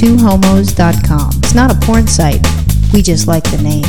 twohomos.com. It's not a porn site. We just like the name.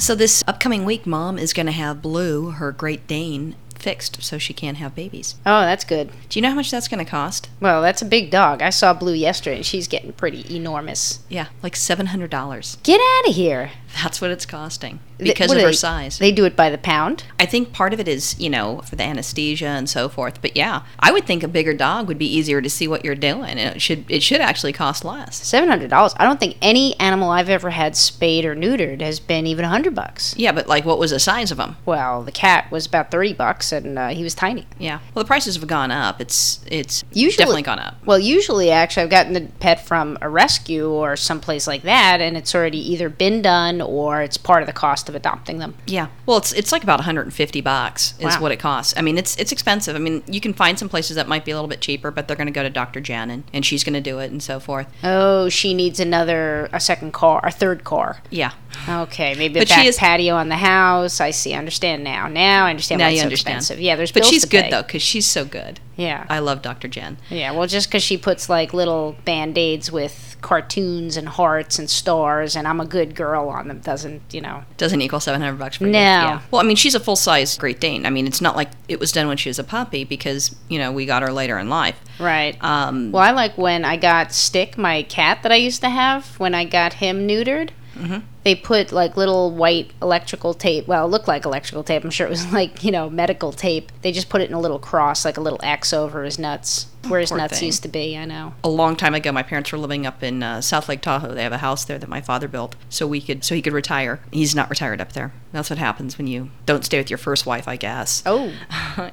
So this upcoming week, mom is going to have Blue, her Great Dane, fixed so she can't have babies. Oh, that's good. Do you know how much that's going to cost? Well, that's a big dog. I saw Blue yesterday, and she's getting pretty enormous. Yeah, like seven hundred dollars. Get out of here That's what it's costing Th- because what of do her they- size. They do it by the pound. I think part of it is you know for the anesthesia and so forth. But yeah, I would think a bigger dog would be easier to see what you're doing, and it should it should actually cost less. Seven hundred dollars. I don't think any animal I've ever had spayed or neutered has been even a hundred bucks. Yeah, but like what was the size of them? Well, the cat was about thirty bucks, and uh, he was tiny. Yeah. Well, the prices have gone up. It's it's Usually- definitely gone up. Well, usually, actually, I've gotten the pet from a rescue or someplace like that, and it's already either been done or it's part of the cost of adopting them. Yeah. Well, it's it's like about 150 bucks is Wow. what it costs. I mean, it's it's expensive. I mean, you can find some places that might be a little bit cheaper, but they're going to go to Dr. Janin and she's going to do it and so forth. Oh, she needs another, a second car, a third car. Yeah. Okay, maybe a But she back is- patio on the house. I see. I understand now. Now I understand Now why it's you so understand. expensive. Yeah, there's But bills she's to good pay. though cuz she's so good. Yeah. I love Dr. Jan. yeah, well, just because she puts like little band aids with cartoons and hearts and stars and I'm a good girl on them doesn't, you know. Doesn't equal 700 bucks for you. No. Yeah. Well, I mean, she's a full-size Great Dane. I mean, it's not like it was done when she was a puppy because, you know, we got her later in life. Right. Um Well, I like when I got Stick, my cat that I used to have, when I got him neutered. Mm-hmm. They put like little white electrical tape. Well, it looked like electrical tape. I'm sure it was like, you know, medical tape. They just put it in a little cross, like a little X over his nuts, where his Oh, poor nuts thing. used to be. I know. a long time ago my parents were living up in uh, south lake tahoe they have a house there that my father built so we could so he could retire he's not retired up there that's what happens when you don't stay with your first wife i guess Oh,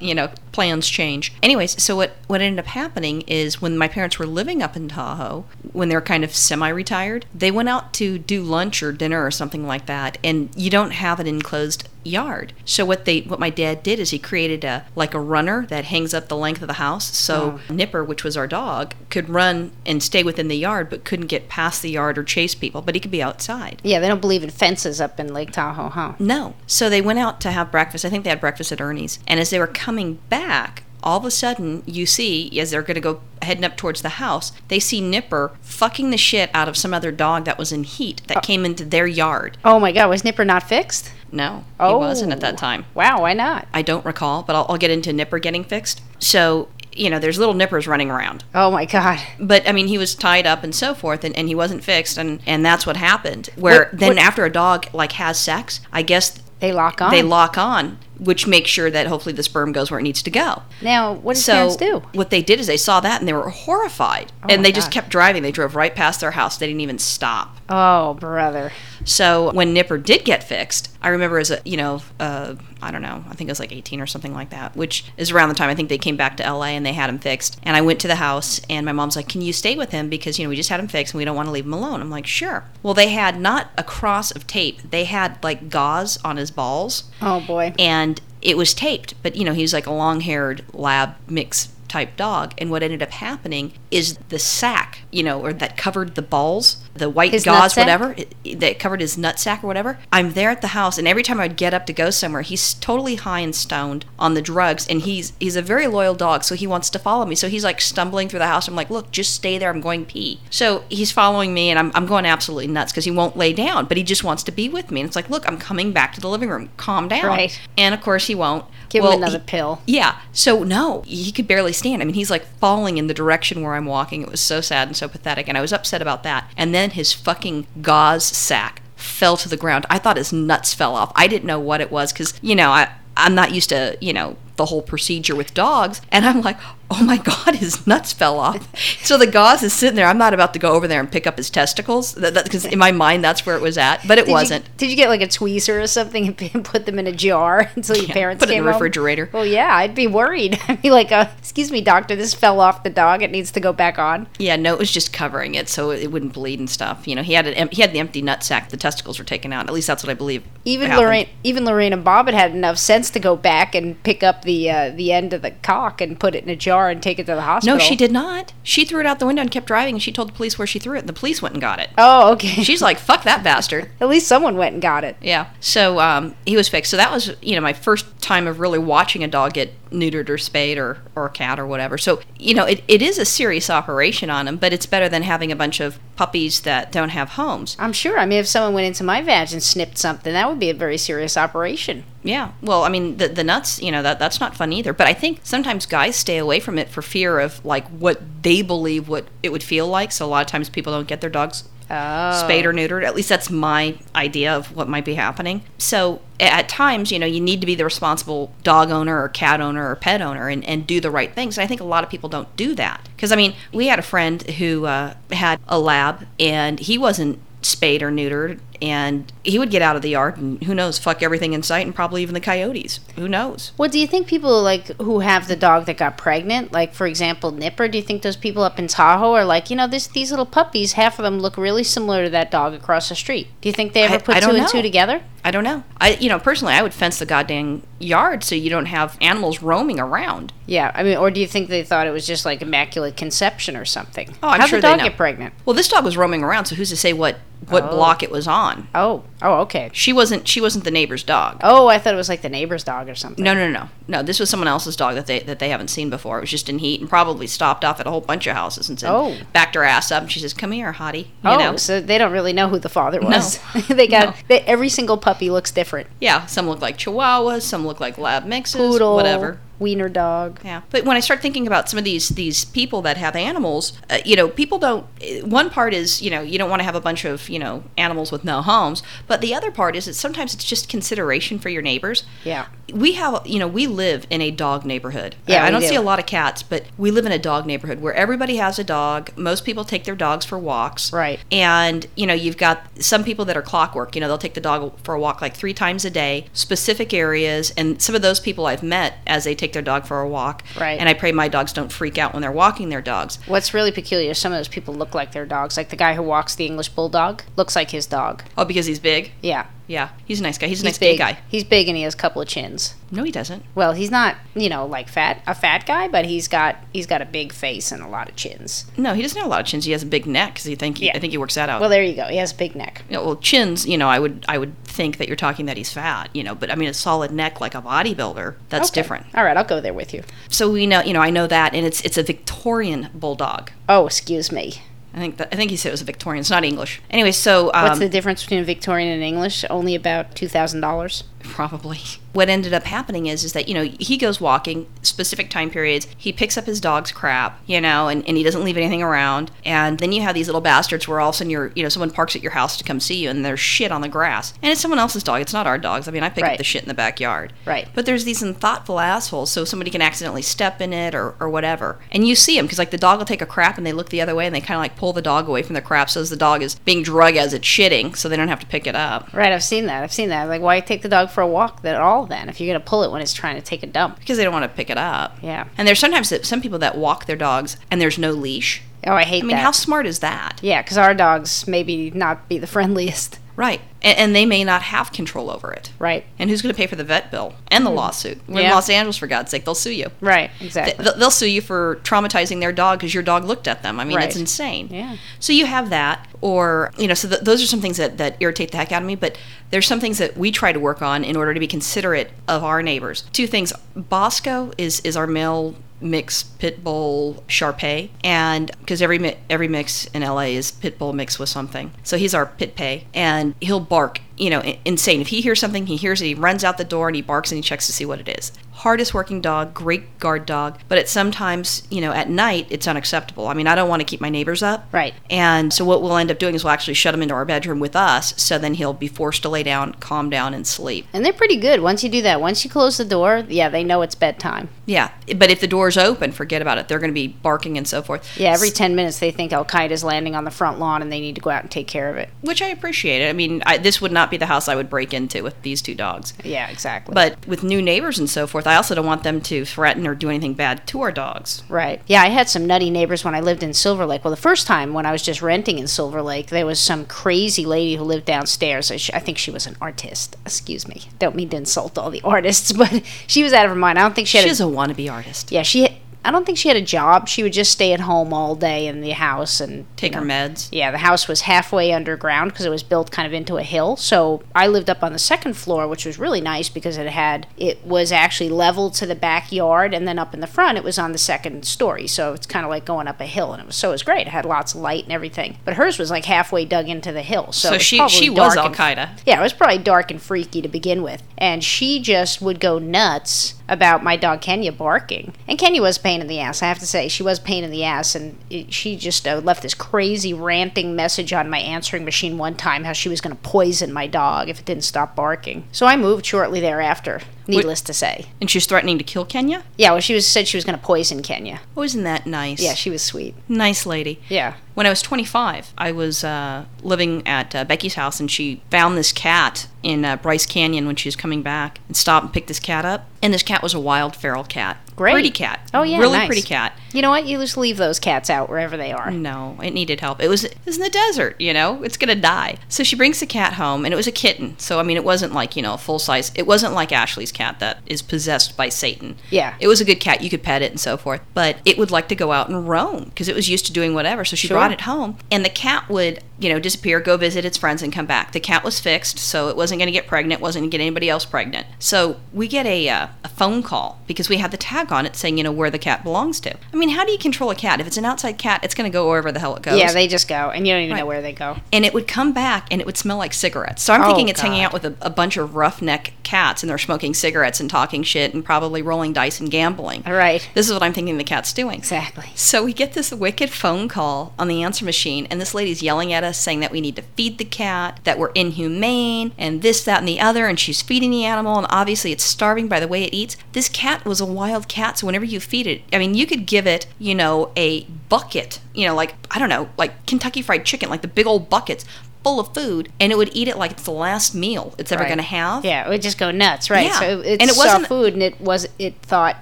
you know plans change anyways so what what ended up happening is when my parents were living up in tahoe when they were kind of semi-retired they went out to do lunch or dinner or something like that and you don't have an enclosed yard so what they what my dad did is he created a like a runner that hangs up the length of the house so nipper which was our dog could run and stay within the yard but couldn't get past the yard or chase people but he could be outside yeah. They don't believe in fences up in Lake Tahoe, huh? no. So they went out to have breakfast. I think they had breakfast at Ernie's. And as they were coming back, all of a sudden you see, as they're going to go heading up towards the house, they see Nipper fucking the shit out of some other dog that was in heat that came into their yard. Oh my God, was Nipper not fixed? No, Oh, he wasn't at that time. Wow, why not? I don't recall, but I'll, I'll get into Nipper getting fixed. So, you know, there's little Nippers running around. Oh my God. But I mean, he was tied up and so forth, and, and he wasn't fixed, and, and that's what happened. Where What- then what- after a dog like has sex, I guess They lock on. they lock on, which makes sure that hopefully the sperm goes where it needs to go. Now, what do So parents do? Oh what they did is they saw that and they were horrified, and my they just God. kept driving. They drove right past their house. They didn't even stop. Oh, brother. So when Nipper did get fixed, I remember as a you know uh, I don't know I think I was like 18 or something like that, which is around the time I think they came back to LA and they had him fixed. And I went to the house and my mom's like, "Can you stay with him because you know we just had him fixed and we don't want to leave him alone." I'm like, "Sure." Well, they had not a cross of tape. They had like gauze on his balls Oh boy. and it was taped but you know he was like a long-haired lab mix type dog and what ended up happening is the sack you know or that covered the balls the white His gauze nutsack? whatever it- that covered his nut sack or whatever i'm there at the house and every time i'd get up to go somewhere he's totally high and stoned on the drugs and he's he's a very loyal dog so he wants to follow me so he's like stumbling through the house i'm like look just stay there i'm going pee so he's following me and i'm, I'm going absolutely nuts because he won't lay down but he just wants to be with me and it's like look i'm coming back to the living room calm down Right. and of course he won't. Give Well, him another he- pill. Yeah. So no, he could barely stand. I mean, he's like falling in the direction where I'm walking. It was so sad and so pathetic, and I was upset about that. And then his fucking gauze sack fell to the ground. I thought his nuts fell off. I didn't know what it was because you know I I'm not used to you know the whole procedure with dogs, and I'm like, oh my god, his nuts fell off. so the gauze is sitting there. I'm not about to go over there and pick up his testicles because in my mind that's where it was at, but it Did you- wasn't. did you get like a tweezer or something and p- and put them in a jar until your Yeah, parents put it in came the home? refrigerator. Well, yeah, I'd be worried. I'd be like, uh, "Excuse me, doctor, this fell off the dog. It needs to go back on." Yeah, no, it was just covering it so it wouldn't bleed and stuff. You know, he had an, em- he had the empty nut sack. The testicles were taken out. At least that's what I believe. Even happened. Lorraine, even Lorraine and Bob had had enough sense to go back and pick up the uh, the end of the cock and put it in a jar and take it to the hospital. No, she did not. She threw it out the window and kept driving. And she told the police where she threw it. And the police went and got it. Oh, okay. She's like, "Fuck that bastard." At least someone went and got it. Yeah. So um, he was fixed. So that was you know my first time of really watching a dog get neutered or spayed or, or a cat or whatever. So, you know, it, it is a serious operation on them, but it's better than having a bunch of puppies that don't have homes. I'm sure. I mean, if someone went into my vag and snipped something, that would be a very serious operation. Yeah. Well, I mean, the, the nuts, you know, that that's not fun either. But I think sometimes guys stay away from it for fear of like what they believe what it would feel like. So a lot of times people don't get their dogs Oh. spayed or neutered. At least that's my idea of what might be happening. So a- at times, you know, you need to be the responsible dog owner or cat owner or pet owner and, and do the right things. And I think a lot of people don't do that. Because, I mean, we had a friend who uh, had a lab and he wasn't spayed or neutered. And he would get out of the yard and who knows, fuck everything in sight and probably even the coyotes. Who knows? Well, do you think people like who have the dog that got pregnant, like for example Nipper, do you think those people up in Tahoe are like, you know, this these little puppies, half of them look really similar to that dog across the street? Do you think they ever I- put I two don't and two know. together? I don't know. I, you know, personally, I would fence the goddamn yard so you don't have animals roaming around. Yeah, I mean, or do you think they thought it was just like immaculate conception or something? Oh, I'm How'd sure the they dog know. get pregnant? Well, this dog was roaming around, so who's to say what what Oh. block it was on? Oh, oh, okay. She wasn't she wasn't the neighbor's dog. Oh, I thought it was like the neighbor's dog or something. No, no, no, no. This was someone else's dog that they that they haven't seen before. It was just in heat and probably stopped off at a whole bunch of houses and said, Oh. backed her ass up and she says, "Come here, hottie." You oh, know? so they don't really know who the father was. they got No. they, every single puppy looks different. Yeah. Some look like Chihuahuas. Some look like lab mixes. Poodle, Whatever. wiener dog. Yeah, but when I start thinking about some of these these people that have animals, uh, you know, people don't. eh, One part is you know you don't want to have a bunch of you know animals with no homes, but the other part is that sometimes it's just consideration for your neighbors. Yeah. we have you know we live in a dog neighborhood. Yeah, I we don't do. see a lot of cats, but we live in a dog neighborhood where everybody has a dog. Most people take their dogs for walks. Right. And, you know, you've got some people that are clockwork. You know, they'll take the dog for a walk like three times a day, specific areas. And some of those people I've met as they take their dog for a walk. Right. And I pray my dogs don't freak out when they're walking their dogs. What's really peculiar, some of those people look like their dogs. Like the guy who walks the English bulldog looks like his dog. Oh, because he's big? Yeah. Yeah. He's a nice guy. He's a nice big big. guy. He's big and he has a couple of chins. No, he doesn't. Well, he's not, you know, like fat a fat guy, but he's got he's got a big face and a lot of chins. No, he doesn't have a lot of chins. He has a big neck because he think he, Yeah. I think he works that out. Well, there you go. He has a big neck. you know, well, chins, you know, I would I would think that you're talking that he's fat, you know, but I mean a solid neck like a bodybuilder, that's Okay. different. All right, I'll go there with you. So we know, you know, I know that and it's it's a Victorian bulldog. Oh, excuse me. I think that, I think he said it was a Victorian. It's not English. Anyway, so um, What's the difference between Victorian and English? Only about two thousand dollars. probably what ended up happening is is that you know he goes walking specific time periods. He picks up his dog's crap, you know, and, and he doesn't leave anything around. And then you have these little bastards where all of a sudden you're you know someone parks at your house to come see you and there's shit on the grass and it's someone else's dog. It's not our dogs. I mean, I pick Right. up the shit in the backyard. Right. But there's these unthoughtful assholes, so somebody can accidentally step in it or, or whatever. And you see them because like the dog will take a crap and they look the other way and they kind of like pull the dog away from the crap so as the dog is being drug as it's shitting, so they don't have to pick it up. Right, I've seen that. I've seen that. Like, why take the dog for a walk at all then? If you're gonna pull it when it's trying to take a dump? because they don't want to pick it up. Yeah. And there's sometimes that some people that walk their dogs and there's no leash. Oh, I hate I mean, that. how smart is that? Yeah, because our dogs maybe not be the friendliest. Right. And, and they may not have control over it. Right. And who's going to pay for the vet bill and the lawsuit? We're in Mm. Yeah. Los Angeles, for God's sake. They'll sue you. Right. They- Exactly. They'll they'll sue you for traumatizing their dog because your dog looked at them. I mean, it's Right. insane. Yeah. So you have that, or you know, so th- those are some things that that irritate the heck out of me. But there's some things that we try to work on in order to be considerate of our neighbors. Two things: Bosco is is our male mix pit bull Shar Pei, and because every mi- every mix in LA is pit bull mixed with something, so he's our pit pay, and he'll bark. You know, i- insane. If he hears something, he hears it. He runs out the door and he barks and he checks to see what it is. Hardest working dog, great guard dog, but at sometimes, you know, at night it's unacceptable. I mean, I don't want to keep my neighbors up, Right. and so what we'll end up doing is we'll actually shut him into our bedroom with us, so then he'll be forced to lay down, calm down, and sleep. And they're pretty good. Once you do that, once you close the door, yeah, they know it's bedtime. Yeah, but if the door's open, forget about it. They're going to be barking and so forth. Yeah, every 10 minutes they think Al Qaeda's landing on the front lawn and they need to go out and take care of it. which I appreciate. I mean, I, this would not be the house I would break into with these two dogs. Yeah, exactly. But with new neighbors and so forth, I also don't want them to threaten or do anything bad to our dogs. Right. Yeah, I had some nutty neighbors when I lived in Silver Lake. Well, the first time when I was just renting in Silver Lake, there was some crazy lady who lived downstairs. I sh- I think she was an artist. Excuse me. Don't mean to insult all the artists, but she was out of her mind. I don't think she had She is a wannabe artist. Yeah, she I don't think she had a job. She would just stay at home all day in the house and Take her meds. yeah, the house was halfway underground because it was built kind of into a hill. So I lived up on the second floor, which was really nice because it had it was actually level to the backyard, and then up in the front it was on the second story. So it's kind of like going up a hill, and it was so it was great. It had lots of light and everything. But hers was like halfway dug into the hill, so, So it was she probably she was dark Al and- Qaeda. yeah, it was probably dark and freaky to begin with. And she just would go nuts about my dog Kenya barking. And Kenya was a pain in the ass, I have to say. She was a pain in the ass. And it, she just uh, left this crazy ranting message on my answering machine one time how she was going to poison my dog if it didn't stop barking. So I moved shortly thereafter, needless to say. And she was threatening to kill Kenya? Yeah, well, she was said she was going to poison Kenya. Oh, isn't that nice? Yeah, she was sweet. nice lady. Yeah. When I was 25, I was uh, living at uh, Becky's house, and she found this cat in uh, Bryce Canyon when she was coming back, and stopped and picked this cat up. And this cat was a wild feral cat, Great. pretty cat. Oh, yeah, really nice. pretty cat. You know what? You just leave those cats out wherever they are. No, it needed help. It was it was in the desert, you know. It's gonna die. So she brings the cat home, and it was a kitten. So I mean, it wasn't like you know a full size. It wasn't like Ashley's cat that is possessed by Satan. Yeah. it was a good cat. You could pet it and so forth. But it would like to go out and roam because it was used to doing whatever. So she Sure. brought it home, and the cat would you know disappear, go visit its friends, and come back. The cat was fixed, so it wasn't gonna get pregnant. wasn't gonna get anybody else pregnant. So we get a uh, a phone call because we had the tag on it saying you know where the cat belongs to. I mean, how do you control a cat if it's an outside cat? It's gonna go wherever the hell it goes. Yeah, they just go, and you don't even know Right. where they go. and it would come back and it would smell like cigarettes. So I'm Oh, thinking it's hanging God. out with a, a bunch of roughneck cats and they're smoking cigarettes and talking shit and probably rolling dice and gambling. All right. This is what I'm thinking the cat's doing. Exactly. So we get this wicked phone call on the answer machine, and this lady's yelling at us saying that we need to feed the cat, that we're inhumane, and this, that, and the other. And she's feeding the animal, and obviously it's starving by the way it eats. This cat was a wild cat, so whenever you feed it, I mean, you could give it, you know, a bucket, you know, like, I don't know, like Kentucky Fried Chicken, like the big old buckets full of food, and it would eat it like it's the last meal it's ever Right. going to have. Yeah, it would just go nuts, right? Yeah. So it, And it saw wasn't- food, and it was it thought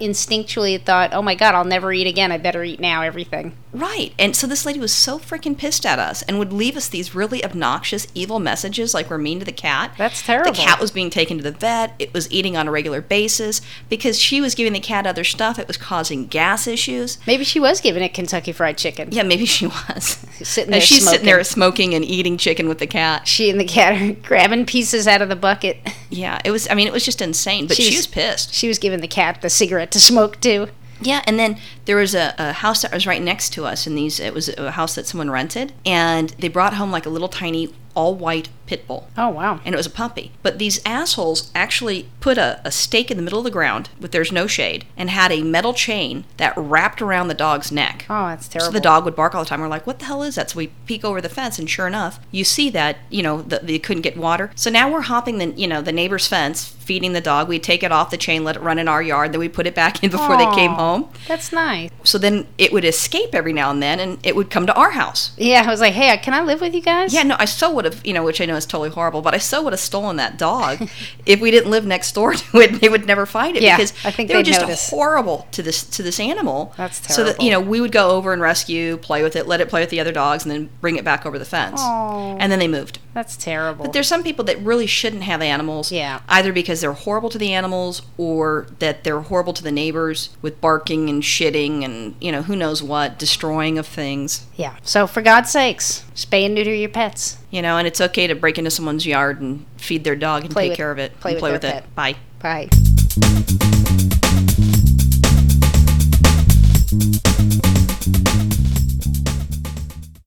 instinctually it thought, oh my god, I'll never eat again. I better eat now. Everything. Right. And so this lady was so freaking pissed at us and would leave us these really obnoxious, evil messages like we're mean to the cat. That's terrible. The cat was being taken to the vet. It was eating on a regular basis because she was giving the cat other stuff. It was causing gas issues. Maybe she was giving it Kentucky Fried Chicken. Yeah, maybe she was. Sitting And there she's sitting there smoking. smoking and eating chicken with the cat. She and the cat are grabbing pieces out of the bucket. Yeah, it was, I mean, it was just insane, but she She's- was pissed. She was giving the cat the cigarette to smoke too. Yeah, and then there was a, a house that was right next to us, and these it was a house that someone rented, and they brought home like a little tiny all white pit bull. Oh wow. and it was a puppy. But these assholes actually put a, a stake in the middle of the ground, but there's no shade, and had a metal chain that wrapped around the dog's neck. Oh, that's terrible. So the dog would bark all the time. We're like, what the hell is that? So we peek over the fence, and sure enough, you see that you know the, they couldn't get water. So now we're hopping the you know the neighbor's fence, feeding the dog. We take it off the chain, let it run in our yard, then we put it back in before Aw. they came home. That's nice. So then it would escape every now and then, and it would come to our house. Yeah, I was like, hey, can I live with you guys? Yeah, no, I so would have, you know, which I know is totally horrible, but I so would have stolen that dog if we didn't live next door to it. They would never find it Yeah, because I think they were they'd just notice. horrible to this to this animal. That's So that you know, terrible. we would go over and rescue, play with it, let it play with the other dogs, and then bring it back over the fence. Aw. And then they moved. That's terrible. There's some people that really shouldn't have animals. Yeah. Either because they're horrible to the animals or that they're horrible to the neighbors with barking and shitting and, you know, who knows what, destroying of things. yeah. So for God's sakes, spay and neuter your pets. You know, and it's okay to break into someone's yard and feed their dog and Play take with- care of it. play and with play their with it. pet. Bye. Bye.